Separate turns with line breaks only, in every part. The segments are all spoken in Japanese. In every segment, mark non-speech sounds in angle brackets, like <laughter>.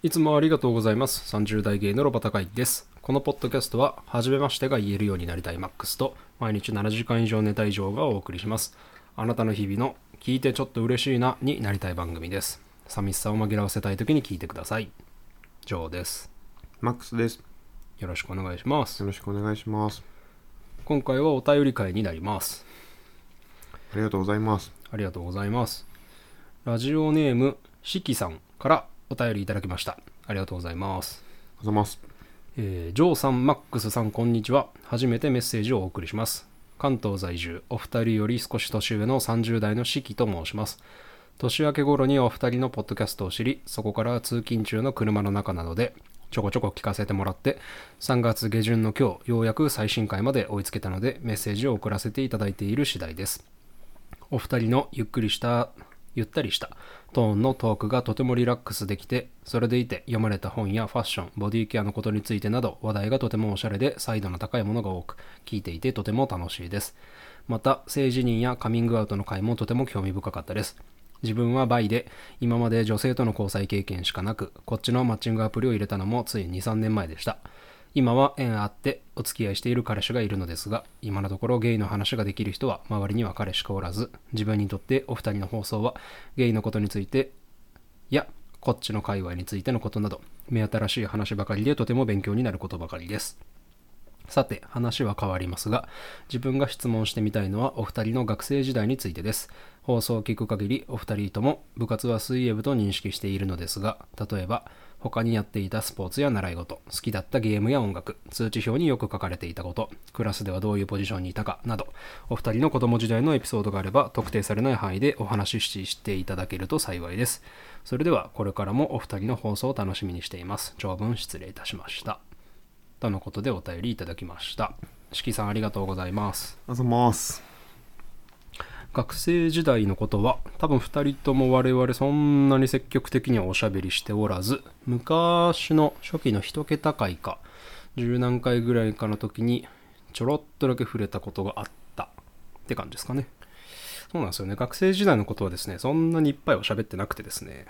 いつもありがとうございます。30代芸のロバ高井です。このポッドキャストは、初めましてが言えるようになりたいマックスと、毎日7時間以上寝た以上がお送りします。あなたの日々の、聞いてちょっと嬉しいな、になりたい番組です。寂しさを紛らわせたい時に聞いてください。ジョーです。
マックスです。
よろしくお願いします
よ。ろしくお願いします。
今回はお便り会になります。
ありがとうございます。
ありがとうございます。ラジオネーム、しきさんからお便りいただきました。ありがとうございます。
おはようございます。
えージョーさん、マックスさん、こんにちは。初めてメッセージをお送りします。関東在住、お二人より少し年上の30代の四季と申します。年明け頃にお二人のポッドキャストを知り、そこから通勤中の車の中などで、ちょこちょこ聞かせてもらって、3月下旬の今日、ようやく最新回まで追いつけたので、メッセージを送らせていただいている次第です。お二人のゆっくりしたゆったりしたトーンのトークがとてもリラックスできてそれでいて読まれた本やファッションボディケアのことについてなど話題がとてもおしゃれでサイドの高いものが多く聞いていてとても楽しいですまた性自認やカミングアウトの回もとても興味深かったです自分はバイで今まで女性との交際経験しかなくこっちのマッチングアプリを入れたのもつい23年前でした今は縁あってお付き合いしている彼氏がいるのですが今のところゲイの話ができる人は周りには彼しかおらず自分にとってお二人の放送はゲイのことについてやこっちの界隈についてのことなど目新しい話ばかりでとても勉強になることばかりですさて話は変わりますが自分が質問してみたいのはお二人の学生時代についてです放送を聞く限りお二人とも部活は水泳部と認識しているのですが例えば他にやっていたスポーツや習い事好きだったゲームや音楽通知表によく書かれていたことクラスではどういうポジションにいたかなどお二人の子供時代のエピソードがあれば特定されない範囲でお話しししていただけると幸いですそれではこれからもお二人の放送を楽しみにしています長文失礼いたしましたとのことでお便りいただきました。しきさんありがとうございます。
おはようございます。
学生時代のことは多分2人とも我々そんなに積極的にはおしゃべりしておらず昔の初期の一桁回か十何回ぐらいかの時にちょろっとだけ触れたことがあったって感じですかねそうなんですよね学生時代のことはですねそんなにいっぱいは喋ってなくてですね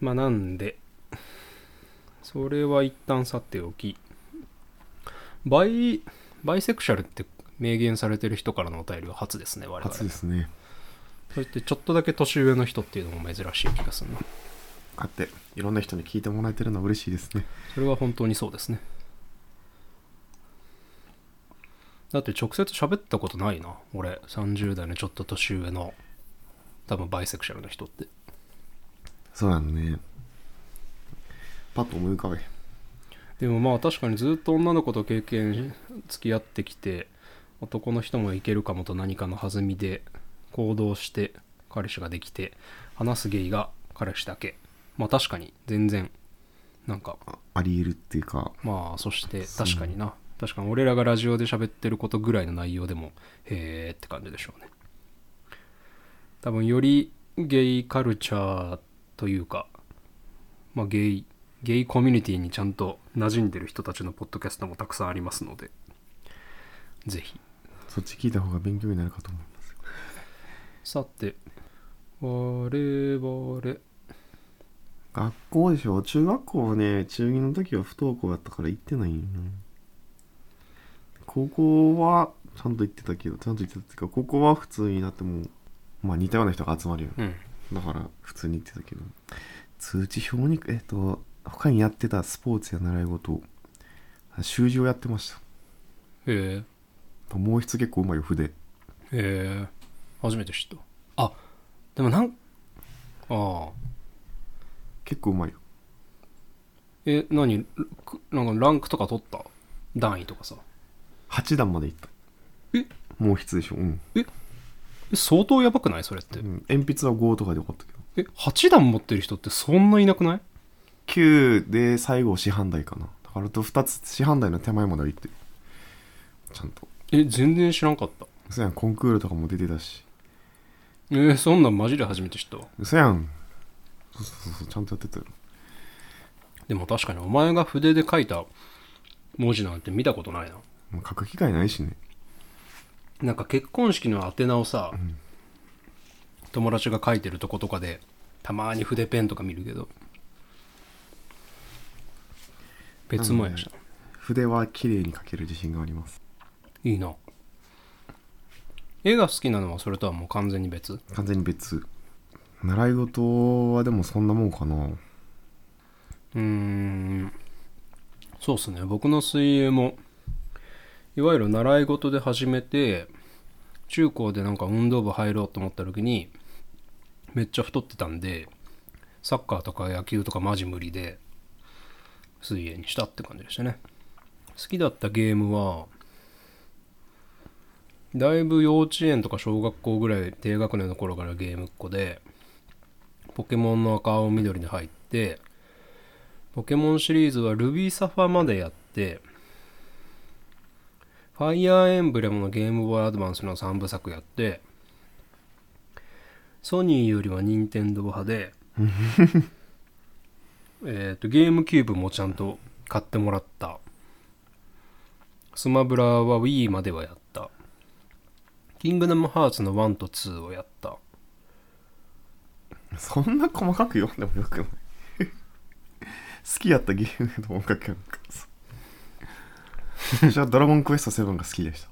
まあなんでそれは一旦さておきバイバイセクシャルって明言されてる人からのお便りは初ですね我々
初ですね。
そしてちょっとだけ年上の人っていうのも珍しい気がするな
こうやっていろんな人に聞いてもらえてるのは嬉しいですね。
それは本当にそうですねだって直接喋ったことないな俺30代のちょっと年上の多分バイセクシャルの人って
そうだね。パッと思い浮かべ。
でもまあ確かにずっと女の子と経験し付き合ってきて男の人もいけるかもと何かの弾みで行動して彼氏ができて話すゲイが彼氏だけまあ確かに全然なんか
ああり得るっていうか、
まあそして
そう
確かにな確かに俺らがラジオで喋ってることぐらいの内容でもへーって感じでしょうね多分よりゲイカルチャーというか、まあ、ゲイゲイコミュニティにちゃんと馴染んでる人たちのポッドキャストもたくさんありますのでぜひ
そっち聞いた方が勉強になるかと思います。
さて我々
学校でしょ中学校はね、中2の時は不登校だったから行ってないんよな高校はちゃんと行ってたけど、ちゃんと行ってたっていうか、高校は普通になってもう、まあ似たような人が集まるよね。
うん
だから普通に言ってたけど通知表にえっと他にやってたスポーツや習い事習字をやってまし
へー
た毛筆結構うまいよ筆
へえ初めて知ったあでもなんああ
結構うまいよ
え、何くなんかランクとか取った段位とかさ。
8段までいった
え
毛筆でしょうん、
え相当やばくないそれって
う。ん、鉛筆は5とかで終わったけど
え、8段持ってる人ってそんないなくない
9で最後師範代かなだからあと2つ師範代の手前までは行ってるちゃんと
え、全然知らんかった。
そやんコンクールとかも出てたし
えーそんなんマジで初めて知ったわ。
そやんそうそうそうちゃんとやってたよ
でも確かにお前が筆で書いた文字なんて見たことないな。
もう書く機会ないしね
なんか結婚式の宛名をさ、友達が書いてるとことかで、たまに筆ペンとか見るけど、別もやした、
筆は綺麗に描ける自信があります
いいな絵が好きなのはそれとはもう完全に別
完全に別習い事はでもそんなもんかな
うーんそうっすね僕の水泳もいわゆる習い事で始めて中高でなんか運動部入ろうと思った時にめっちゃ太ってたんでサッカーとか野球とかマジ無理で水泳にしたって感じでしたね好きだったゲームはだいぶ幼稚園とか小学校ぐらい低学年の頃からゲームっ子でポケモンの赤青緑に入ってポケモンシリーズはルビーサファまでやって、ファイアーエンブレムのゲームボーイアドバンスの3部作やって、ソニーよりは任天堂派
<laughs>
で、えっと、ゲームキューブもちゃんと買ってもらった。スマブラは Wii まではやった。キングダムハーツの1と2をやった。
そんな細かく読んでもよくない <laughs> 好きやったゲームの音楽やんかそうじゃあドラゴンクエスト7が好きでした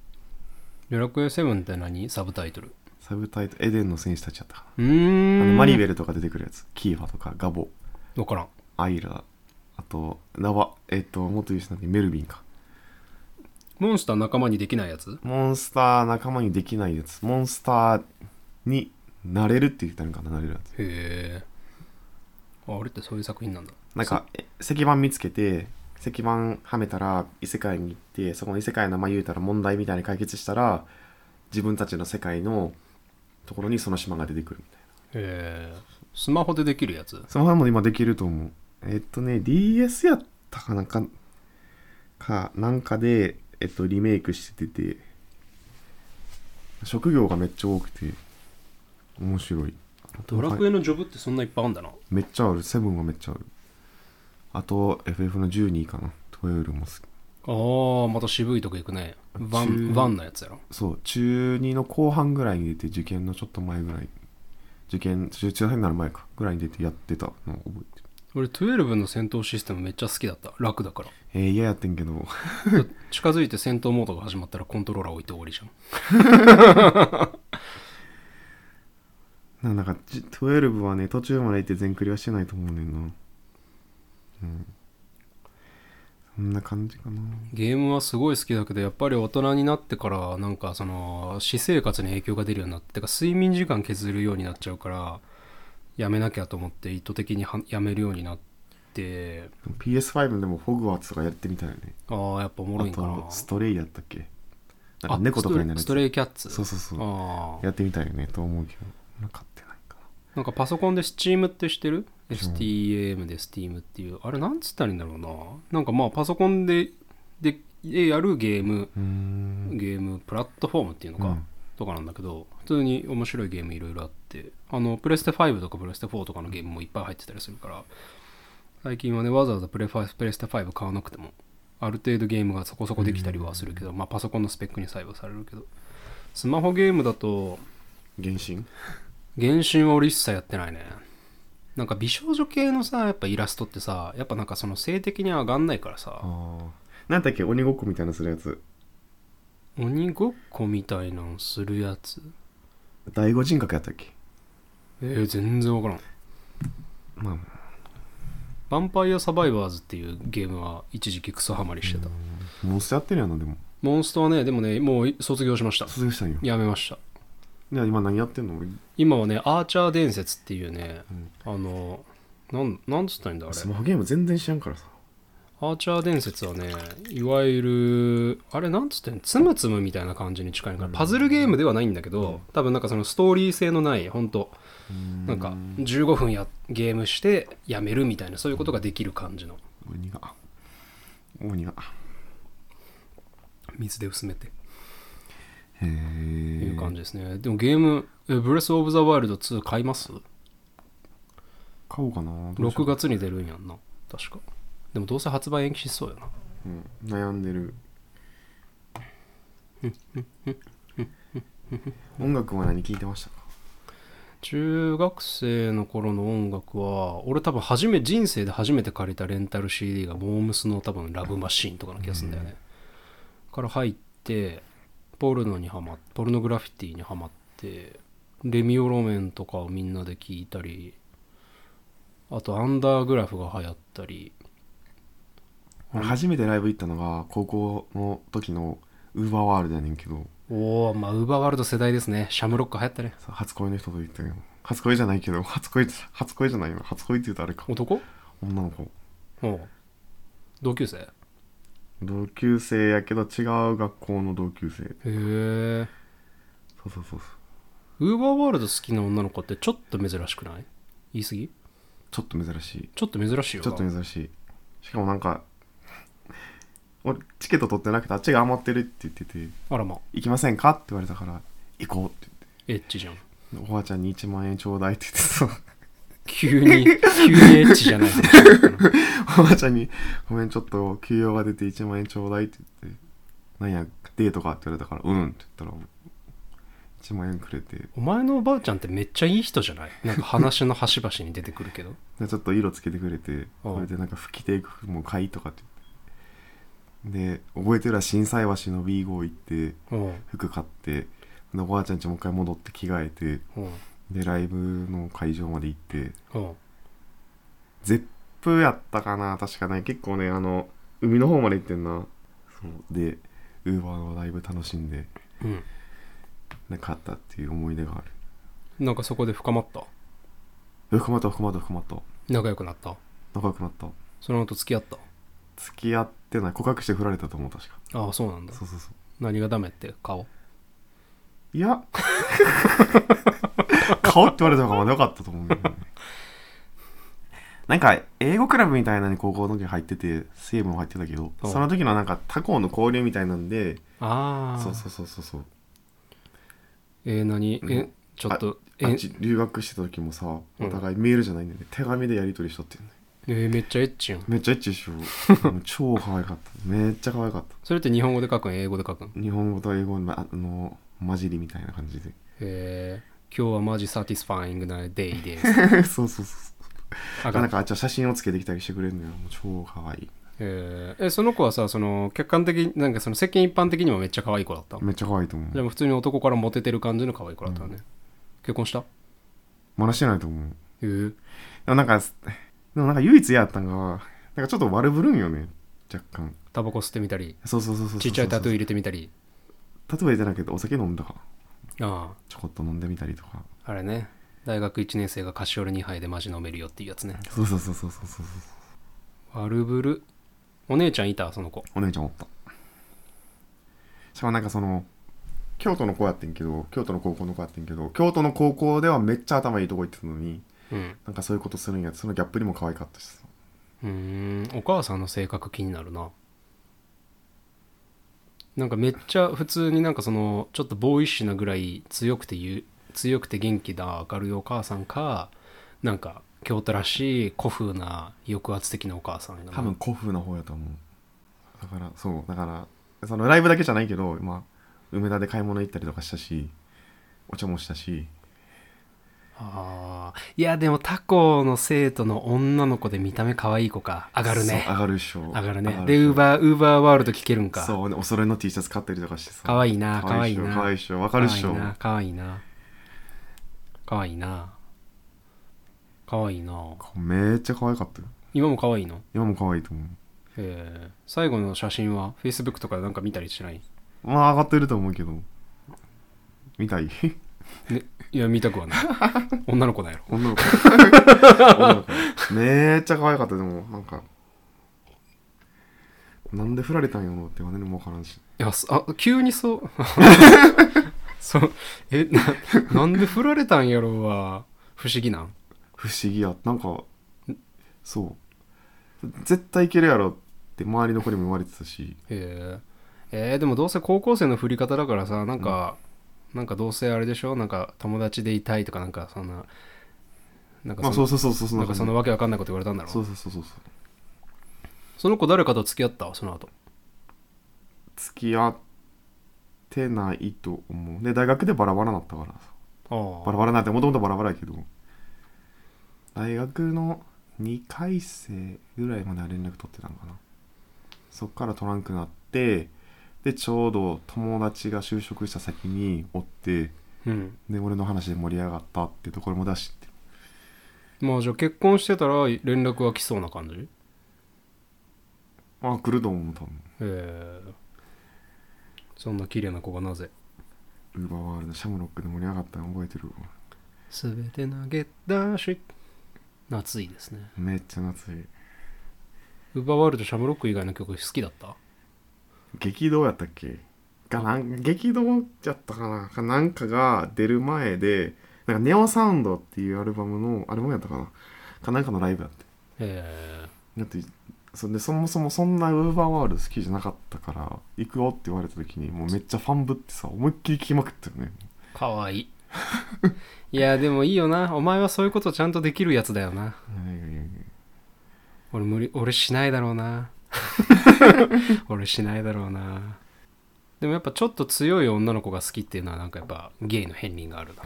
ドラクエ7って何サブタイトル。
サブタイトルエデンの戦士たちやったか
う
な
ー
あの
ん。
マリベルとか出てくるやつキーファとかガボ
わからん。
アイラあとナバえっ、ともっと言うしなんでメルビンか
モンスター仲間にできないやつ
モンスター仲間にできないやつモンスターになれるって言ったのかななれるやつ
へえああれってそういう作品なんだ
なんかえ石板見つけて石板はめたら異世界に行ってそこの異世界の名前言うたら問題みたいに解決したら自分たちの世界のところにその島が出てくるみたい
へえスマホでできるやつ
なその辺も今できると思うえっとね DS やったかなんかかなんかで、えっと、リメイクしてて職業がめっちゃ多くて面白い
ドラクエのジョブってそんないっぱいあんだな
めっちゃあるセブンはめっちゃあるあと FF の12かな12も好き
あーまた渋いとこ行くねワン
中
ワンのやつやろ
そう中2の後半ぐらいに出て受験のちょっと前ぐらい受験中中3になる前かぐらいに出てやってたのを覚えてる
俺12の戦闘システムめっちゃ好きだった楽だから
えー、嫌やってんけど <laughs>
だって近づいて戦闘モードが始まったらコントローラー置いて終わりじゃん
なんかじ12はね途中まで行って全クリはしてないと思うねんなうんそんな感じかな
ゲームはすごい好きだけどやっぱり大人になってからなんかその私生活に影響が出るようになっててか睡眠時間削るようになっちゃうからやめなきゃと思って意図的にはやめるようになって
でも PS5 でもホグワーツとかやってみたいよね
ああやっぱおもろいん
あ
かな
とストレイやったっけなんか猫とかになる
あ
や
ス
つ
トレイストレイキャッツ
そうそうそう
ああ
やってみたいよねと思うけどまだ買ってないか
なんかパソコンで Steam って知ってる ?STAM で Steam っていうあれなんつったらいいんだろうななんかまあパソコンでででやるゲーム
なうーん
ゲームプラットフォームっていうのか、
うん
とかなんだけど普通に面白いゲームいろいろあってあのプレステ5とかプレステ4とかのゲームもいっぱい入ってたりするから最近はねわざわざプレファプレステ5買わなくてもある程度ゲームがそこそこできたりはするけど、まあパソコンのスペックに左右されるけどスマホゲームだと
原神
原神は俺一切やってないねなんか美少女系のさやっぱイラストってさやっぱなんかその性的には上がんないからさ
ああなんだっけ鬼ごっこみたいなのするやつ
鬼ごっこみたいなのするやつ
第五人格やったっけ
えー、全然わからん
まあ
ヴァンパイアサバイバーズっていうゲームは一時期クソハマりしてた。
モンスターやってるやんなでも
モンストはね、でもね、もう卒業しました。
卒業したんよい
やめました。
や今何やってんの俺
今はね、アーチャー伝説っていうね、あの、なん、なんつったらいいんだあれ
ス。マホゲーム全然知らんからさ
アーチャー伝説はね、いわゆる、あれなんつってんのつむつむみたいな感じに近いのかな。パズルゲームではないんだけど、多分なんかそのストーリー性のない、ほんと、なんか15分やゲームしてやめるみたいな、そういうことができる感じの。
鬼が鬼が
水で薄めて。って
へ
いう
え
感じですね、でもゲーム「ブレス・オブ・ザ・ワイルド2」買います
買おうかなどうしよ
?6
う
月に出るんやんな確かでもどうせ発売延期しそうやな
うん悩んでる音楽は何聴いてましたか
中学生の頃の音楽は俺多分初め人生で初めて借りたレンタル CD がモームスの多分「ラブマシーン」とかの気がするんだよね、から入ってポルノにハマっポルノグラフィティにハマってレミオロメンとかをみんなで聴いたりあとアンダーグラフが流行ったり
俺初めてライブ行ったのが高校の時のウーバーワールドやねんけど
おおまあウーバーワールド世代ですねシャムロック流行ったね
さ初恋の人と言ったけど初恋じゃないけど初恋初恋じゃないよ初恋って言うとあれか
男
女の子
おう同級生へ
同級生やけど違う学校の同級生
え
そうそうそうそう
ウーバーワールド好きな女の子ってちょっと珍しくない言い過ぎ
ちょっと珍しい
ちょっと珍しいよ
ちょ
な
っと珍しいしかもなんか俺チケット取ってなくてあっちが余ってるって言ってて
あらま
「行きませんか?」って言われたから「行こう」って
エッチじゃん
言っておばあちゃんに1万円ちょうだいって言ってさ
急に <laughs> 急にエッチじゃない
<laughs> おばあちゃんに「ごめんちょっと休養が出て1万円ちょうだい」って言って「なんやデートか?」って言われたから「うん」って言ったら1万円くれて
お前のおばあちゃんってめっちゃいい人じゃないなんか話の端々に出てくるけど
でちょっと色つけてくれて
ああ
それでなんか吹きていく服も買いとかって言ってで覚えてるら心斎橋の B 号行って
うん
服買ってでおばあちゃんちもう一回戻って着替えて
うん
でライブの会場まで行って
うん
ゼップやったかな確かね結構ねあの海の方まで行ってんなそうでウーバーのライブ楽しんで
うん
なんかあったっていう思い出がある
なんかそこで深まった
え深まった深まった深まった
仲良くなった
仲良くなった
その後付き合った
付き合ってない告白して振られたと思う確か
ああそうなんだ
そうそうそう
何がダメって顔
いや <laughs> 顔って言われた方がまだよかったと思うんだけどねなんか英語クラブみたいなのに高校の時入ってて西武も入ってたけど
うん
その時のなんか他校の交流みたいなんで
ああ
そうそうそうそうそう
えー、何
うん
えちょっとえ
あっち留学してた時もさ
うん
お互いメールじゃないんだよね、手紙でやり取りしとってんね
えーめっちゃエッチやん
めっちゃエッチでしょ <laughs> もう超可愛かっためっちゃ可愛かっ
それって日本語で書くん英語で書くん
た日本語と英語のああの混じりみたいな感
<laughs>
じで
えー、今日はマジサティスファイングなデイです
<laughs> そうそうそう
あ
な
か
ん
ん
かあっちは写真をつけてきたりしてくれるのよもう超可愛い
えーえその子はさその客観的になんかその世間一般的にもめっちゃ可愛い子だった
めっちゃ可愛いと思う
じゃあもう普通に男からモテてる感じの可愛い子だったのね、結婚したへ
真似してないと思う。
え
でもなんか、でもなんか唯一嫌やったんが、なんかちょっと悪ぶるんよね、若干。
タバコ吸ってみたり
そうそうそうそうそう。
ちっちゃいタトゥー
ー。
入れてみたり
タトゥー入れてないけど、お酒飲んだか。
あ
ちょこっと飲んでみたりとか。
ああれね大学1年生がカシオレ2杯でマジ飲めるよっていうやつね
そうそうそうそうそうそう。
悪ぶるお姉ちゃんいたその子
お姉ちゃんおった。しかもなんかその、京都の子やってんけど、京都の高校の子やってんけど、京都の高校ではめっちゃ頭いいとこ行ってたのに、
うん
なんかそういうことするんやって、そのギャップにも可愛かったしさ。
うーんお母さんの性格気になるななんかめっちゃ普通になんかそのちょっとボーイッシュなぐらい強くてゆ強くて元気だ明るいお母さんかなんか京都らしい古風な抑圧的なお母さんが
多分古風な方やと思うだからそうだからそのライブだけじゃないけど、まあ、梅田で買い物行ったりとかしたしお茶もしたし
あーいやでも他校の生徒の女の子で見た目可愛い子か上がるね
そう上がるっしょ
上がるね
っしょ
でウーバーウーバーワールド聞けるんか
そうねお揃いの T シャツ買ったりとかしてさ
可愛いな
可愛いっしょ
可
可
愛
愛
い
いっしょわかるっしょ
可愛いな可愛いな可愛いな
めっちゃ可愛かったよ
今も可愛いの
今も可愛いと思う
えー、最後の写真は Facebook とかでなんか見たりしない
まあ上がってると思うけど見たい <laughs>
ねいや見たくはない女の子だよ
女
<laughs>
の子女の子めっちゃ可愛かったでもなんかなんで振られたんやろうって何もわからんし
いやそあ急にそう <laughs> そうえななんで振られたんやろうは不思議なん
不思議やなんかそう絶対いけるやろって周りの子にも言われてたし
へええーでもどうせ高校生の振り方だからさなんか、なんかどうせあれでしょなんか友達でいたいとかなんかそんななんか
まあ
そ
そ
ん
うそうそうそうそ
ななんかそんな
感
わけわかんないこと言われたんだ
じ
ろ
そううそうそうそうそう
その子誰かと付き合ったその後
付き合ってないと思うで大学でバラバラになったからバラ
あ
バラなんてもともとバラバラやけど大学の2回生ぐらいまでは連絡取ってたのかなそっからトランクなってでちょうど友達が就職した先におって
うん
で俺の話で盛り上がったってところも出しって
まあじゃあ結婚してたら連絡が来そうな感じ
ああ来ると思う多分
えーそんな綺麗な子がなぜ
ウーバーワールドシャムロックで盛り上がったの覚えてるわ
すべて投げ出し夏いですね
めっちゃ懐い
ウーバーワールドシャムロック以外の曲好きだった
激動やったっけかなん激動やったかなかなんかが出る前でなんかネオサウンドっていうアルバムのアルバムやったかなかなんかのライブやって
え
だってそんでそもそもそんなウーバーワールド好きじゃなかったから行くよって言われた時にもうめっちゃファンぶってさ思いっきり聞きまくったよね
ー、かわい <laughs> いいやでもいいよなお前はそういうことちゃんとできるやつだよない
やいやいやいや
俺無理俺しないだろうな <laughs> 俺しないだろうなでもやっぱちょっと強い女の子が好きっていうのはなんかやっぱゲイの片鱗があるな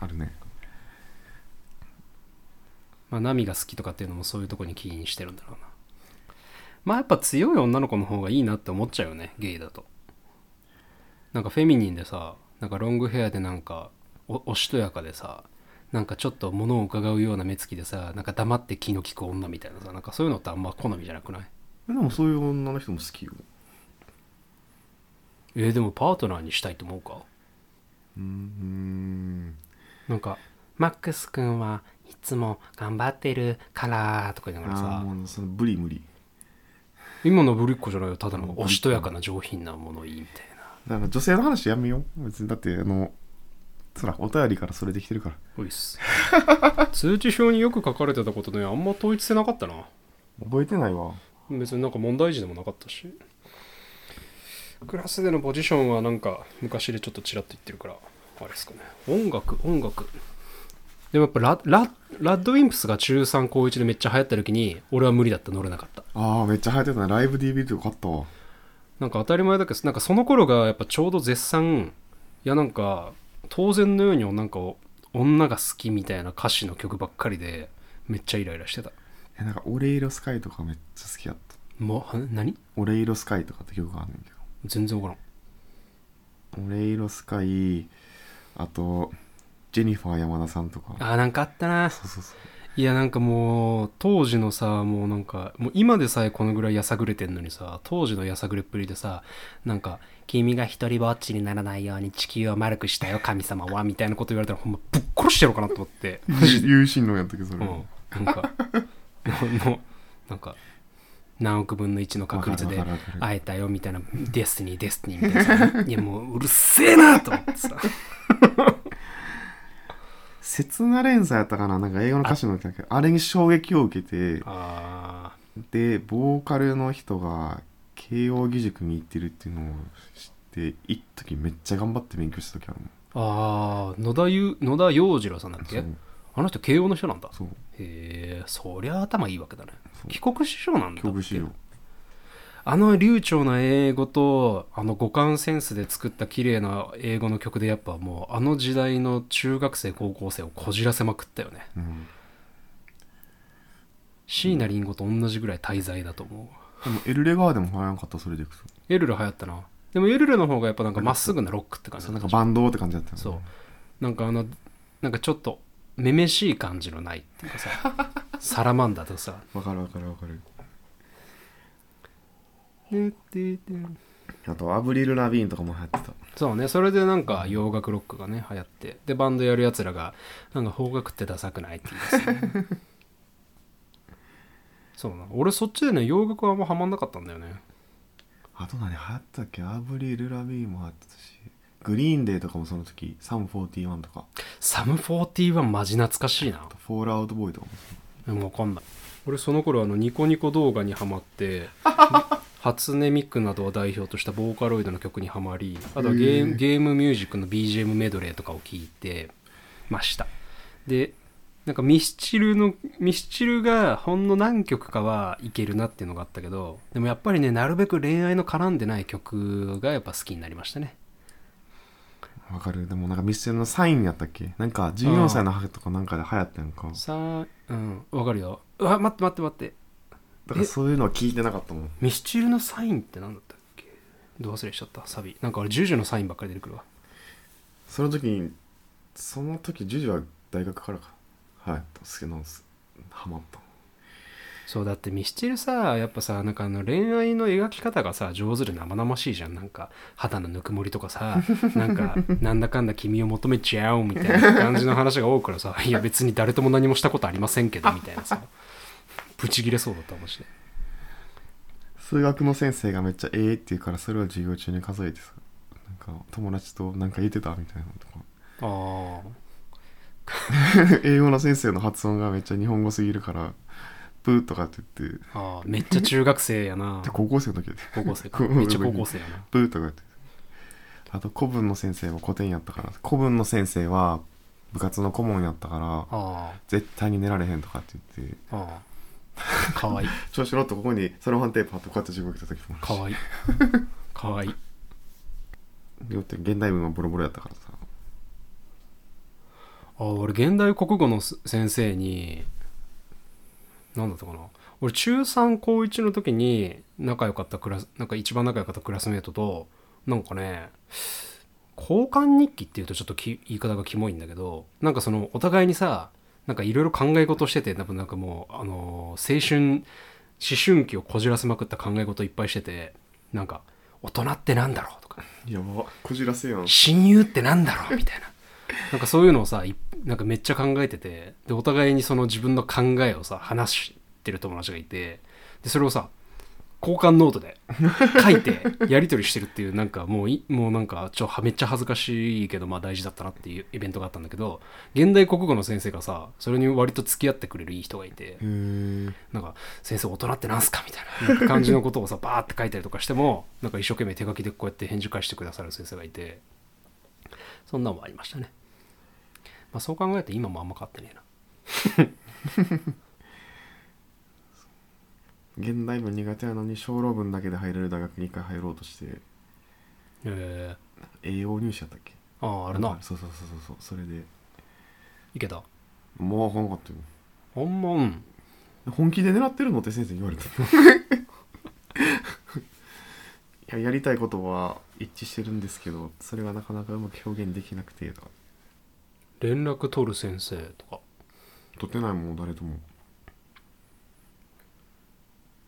あるね
まあ波が好きとかっていうのもそういうとこに起因してるんだろうなまあやっぱ強い女の子の方がいいなって思っちゃうよねゲイだとなんかフェミニンでさなんかロングヘアでなんかおおしとやかでさなんかちょっと物を伺うような目つきでさなんか黙って気の利く女みたいなさなんかそういうのってあんま好みじゃなくない
でもそういう女の人も好きよ
えーでもパートナーにしたいと思うか
うーん
なんかマックス君はいつも頑張ってるからとか言いながら
ああ
さ
もうそのブリ無理
今のぶりっ子じゃないよただのおしとやかな上品なものいいみたいな
だから女性の話やめよう別にだってあのつらお便りからそれできてるから
おいっす <laughs> 通知表によく書かれてたことねあんま統一性なかったな
覚えてないわ
別になんか問題児でもなかったしクラスでのポジションはなんか昔でちょっとちらっと言ってるからあれですかね音楽音楽でもやっぱラララッドウィンプスが中3高1でめっちゃ流行った時に俺は無理だった乗れなかった
ああめっちゃ流行ってたねライブ DV とか買ったわ
なんか当たり前だけどなんかその頃がやっぱちょうど絶賛いやなんか当然のようになんか女が好きみたいな歌詞の曲ばっかりでめっちゃイライラしてた
えなんか「オレイロスカイ」とかめっちゃ好きやった
もうは何
「オレイロスカイ」とかって曲があんねんけ
全然わからん
ど「オレイロスカイ」あとジェニファー山田さんとか
あーなんかあったな
そうそうそう
いやなんかもう当時のさもうなんかもう今でさえこのぐらいやさぐれてんのにさ当時のやさぐれっぷりでさなんか「君が一人ぼっちにならないように地球を丸くしたよ神様は」みたいなこと言われたらほんまぶっ殺してやろうかなと思って
有心論やったけどそれ、
うん、なんか <laughs> のなんか何億分の1の確率で
わかるわかるわかる
会えたよみたいな「デスティニーデスティニー」みたいなさいやもううるせえなと思ってさ
刹那連鎖やったかななんか英語の歌詞の曲あれに衝撃を受けて
あ
でボーカルの人が慶応義塾に行ってるっていうのを知って一時めっちゃ頑張って勉強した時あるもん
ーあー野田ゆ野田洋次郎さんだっけ
そう
あの人慶応の人なんだ
そう
へえそりゃ頭いいわけだね
そう
帰国子女なんだ
教具
っ
資
け
料
あの流暢な英語とあの五感センスで作った綺麗な英語の曲でやっぱもうあの時代の中学生高校生をこじらせまくったよね
うん
椎名林檎と同じぐらい滞在だと思う
でもエルレガーでも流行らんかったそれでいくと
エルレ流行ったなでもエルレの方がやっぱなんかまっすぐなロックって感じ
そうなんかバンドって感じだったよね
そうなんかあのなんかちょっとめめしい感じのないっていうかさサラマンダとさ
わかるわかるわかるあとアブリル・ラビーンとかも流行ってた
そうねそれでなんか洋楽ロックがね流行ってでバンドやるやつらがなんか邦楽ってダサくないって言いますねそうな俺そっちでね洋楽はあんまハマんなかったんだよね
あと何流行ったっけアブリル・ラビーンも流行ってたしグリーンデーとかもその時サム41とか
サム41マジ懐かしいな
あとフォールアウト・ボーイとかもそう
でもわかんない俺その頃あのニコニコ動画にはまって初音ミクなどを代表としたボーカロイドの曲にはまりあとはゲーム
へえ
ゲームミュージックの BGM メドレーとかを聞いてましたでなんかミスチルのミスチルがほんの何曲かはいけるなっていうのがあったけどでもやっぱりねなるべく恋愛の絡んでない曲がやっぱ好きになりましたね
わかるでもなんかミスチルのサインやったっけなんか14歳の母とかなんかで流行ったやんか
さあうんわかるようわ待って待って待って
だからそういうのは聞いてなかったもん
ミスチルのサインって何だったっけどう忘れしちゃったサビなんか俺ジュジュのサインばっかり出てくるわ
その時にその時ジュジュは大学からかはいすけどハマった
そうだってミスチルさやっぱさなんかあの恋愛の描き方がさ上手で生々しいじゃんなんか肌のぬくもりとか <laughs> さなんかなんだかんだ君を求めちゃおうみたいな感じの話が多いから <laughs> さいや別に誰とも何もしたことありませんけどみたいなさブチギレそうだったもしれ
数学の先生がめっちゃええって言うからそれを授業中に数えてさなんか友達となんか言ってたみたいなのとか
ああ
<laughs> 英語の先生の発音がめっちゃ日本語すぎるからプーとかって言って
ああめっちゃ中学生やな
で高校生の時やで
高校生か
高校
めっちゃ高校生やな
ブーとかやってあと古文の先生も古典やったから古文の先生は部活の顧問やったから
あ
絶対に寝られへんとかって言って
あああかわいい
調子乗ってここにセロハンテープ貼ってこうやって授業来た時もあるし
かわいいかわいい
よって現代文はボロボロやったからさ
あ俺現代国語のす先生に何だったかな俺中3高1の時に仲良かったクラスなんか一番仲良かったクラスメートとなんかね交換日記っていうとちょっとき言い方がキモいんだけどなんかそのお互いにさなんかいろいろ考え事してて多分なんかもう、あのー青春思春期をこじらせまくった考え事いっぱいしててなんか「大人ってなんだろう?」とか
やばこじらせやん
親友ってなんだろうみたいななんかそういうのをさいなんかめっちゃ考えててでお互いにその自分の考えをさ話してる友達がいてでそれをさ交換ノートで書いてやり取りしてるっていうなんかもういもうなんかちょはめっちゃ恥ずかしいけどまあ大事だったなっていうイベントがあったんだけど現代国語の先生がさそれに割と付き合ってくれるいい人がいて
へー
なんか「先生大人ってなんすか?」みたいななんか感じのことをさバーって書いたりとかしてもなんか一生懸命手書きでこうやって返事返してくださる先生がいてそんなんもありましたね、まあ、そう考えると今もあんま変わってねえな
現代文苦手なのに小論文だけで入れる大学に一回入ろうとして
え
栄養入試やったっけ
ー、あああれな
かそうそうそうそうそうそれで
いけた
もうあかんかったよ
ほんまうん
本気で狙ってるのって先生に言われ
<laughs>
たいややりたいことは一致してるんですけどそれがなかなかうまく表現できなくてとか
連絡取る先生とか
取ってないもん誰とも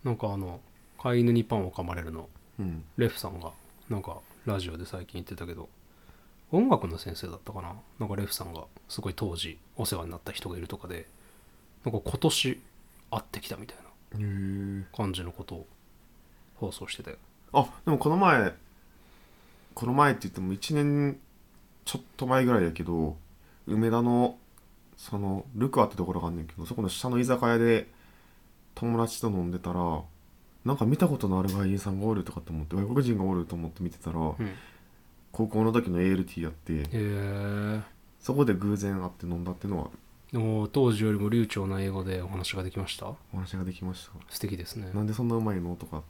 なんかあの飼い犬にパンを噛まれるの
うん
レフさんがなんかラジオで最近言ってたけど音楽の先生だったかななんかレフさんがすごい当時お世話になった人がいるとかでなんか今年会ってきたみたいな
へえ
感じのことを放送してたよ
あでもこの前この前って言っても1年ちょっと前ぐらいやけど梅田のそのルクアってところがあんねんけどそこの下の居酒屋で友達と飲んでたらなんか見たことのある外人さんがおるとかって思って外国人がおると思って見てたら、
うんへ
高校の時の ALT やって
え
そこで偶然会って飲んだっていうのは
もう当時よりも流暢な英語でお話ができました
お話ができました、
素敵ですね
なんでそんなうまいのとか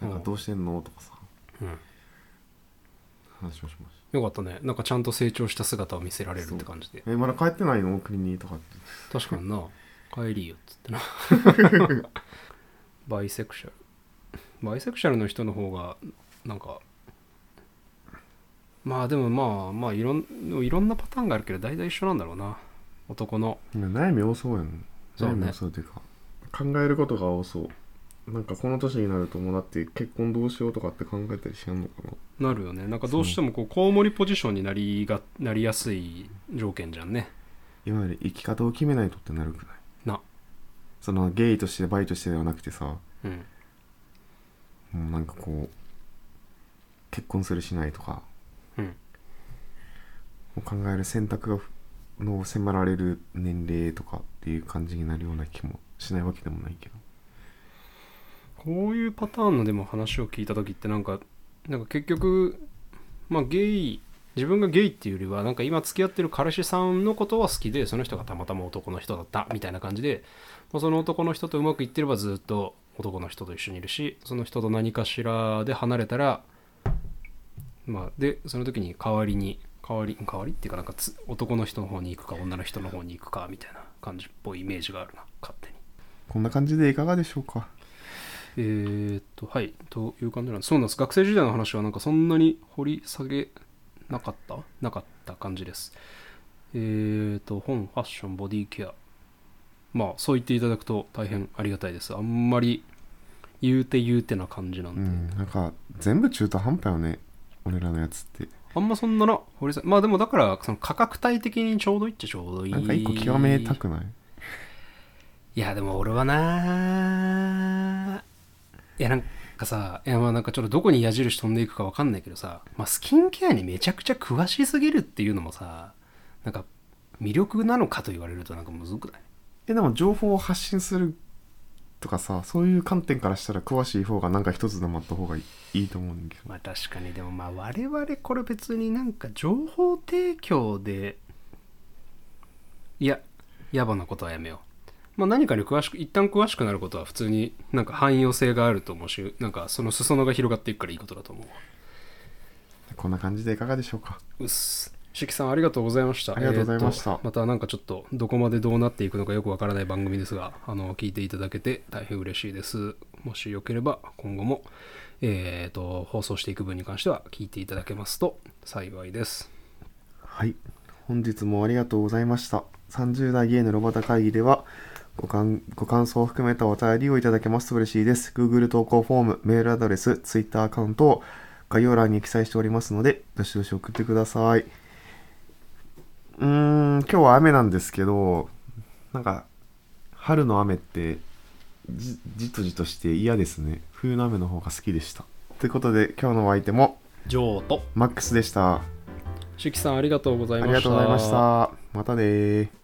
なんかどうしてんのとかさ
うん
話をしまし
よかったねなんかちゃんと成長した姿を見せられるって感じで
たえまだ帰ってないの国にとかって
確かにな帰りよっつってな <laughs> バイセクシャルバイセクシャルの人の方がなんかまあでもまあまあいろんいろんなパターンがあるけど大体一緒なんだろうな男の
今悩み多そうやん
そうね
悩み多そうというか考えることが多そうなんかこの年になるともうだって結婚どうしようとかって考えたりしやんのかな
なるよねなんかどうしてもこうコウモリポジションになりがなりやすい条件じゃんね
いわゆる生き方を決めないとってなるくない
な
そのゲイとしてバイとしてではなくてさ
うん
もうなんかこう結婚するしないとか
うん
を考える選択がの迫られる年齢とかっていう感じになるような気もしないわけでもないけど
こういうパターンのでも話を聞いた時ってなんかなんか結局まあゲイ自分がゲイっていうよりはなんか今付き合ってる彼氏さんのことは好きでその人がたまたま男の人だったみたいな感じで、まあ、その男の人とうまくいってればずっと男の人と一緒にいるしその人と何かしらで離れたらまあでその時に代わりに代わり代わりっていうかなんかつ男の人の方に行くか女の人の方に行くかみたいな感じっぽいイメージがあるな勝手に
こんな感じでいかがでしょうか
えー、っとはいという感じなんですそうなんです学生時代の話はなんかそんなに掘り下げなかったなかった感じですえー、っと本ファッションボディケアまあそう言っていただくと大変ありがたいですあんまり言うて言うてな感じなん
う
で、
んなんか全部中途半端よね俺らのやつって
あんまそんなな掘り下げまあでもだからその価格帯的にちょうどいいっちゃちょうどいい
なんか一個極めたくない
いやでも俺はないやなんかさいやまあなんかちょっとどこに矢印飛んでいくかわかんないけどさ、まあ、スキンケアにめちゃくちゃ詳しすぎるっていうのもさなんか魅力なのかと言われるとなんかむずくない
えでも情報を発信するとかさそういう観点からしたら詳しい方がなんか一つでもあった方がいいと思うんだけど
まあ確かにでもまあ我々これ別になんか情報提供でいや野暮なことはやめようまあ何かに詳しく一旦詳しくなることは普通になんか汎用性があると思うしなんかその裾野が広がっていくからいいことだと思うわ
こんな感じでいかがでしょうか
うっす。しきさんありがとうございました。
ありがとうございました
えーとまたなんかちょっとどこまでどうなっていくのかよくわからない番組ですが、あの聞いていただけて大変嬉しいです。もしよければ今後も、えー、と放送していく分に関しては聞いていただけますと幸いです。
はい本日もありがとうございました30代芸のロバタ会議ではご感ご感想を含めたお便りをいただけますと嬉しいです Google 投稿フォームメールアドレス Twitter アカウントを概要欄に記載しておりますのでどしどし送ってくださいうーん今日は雨なんですけどなんか春の雨ってじじとじとして嫌ですね冬の雨の方が好きでしたということで今日のお相手も
ジョーと
マックスでした
しきさんありがとうござい
あ
ました。
りがとうございました。またねー。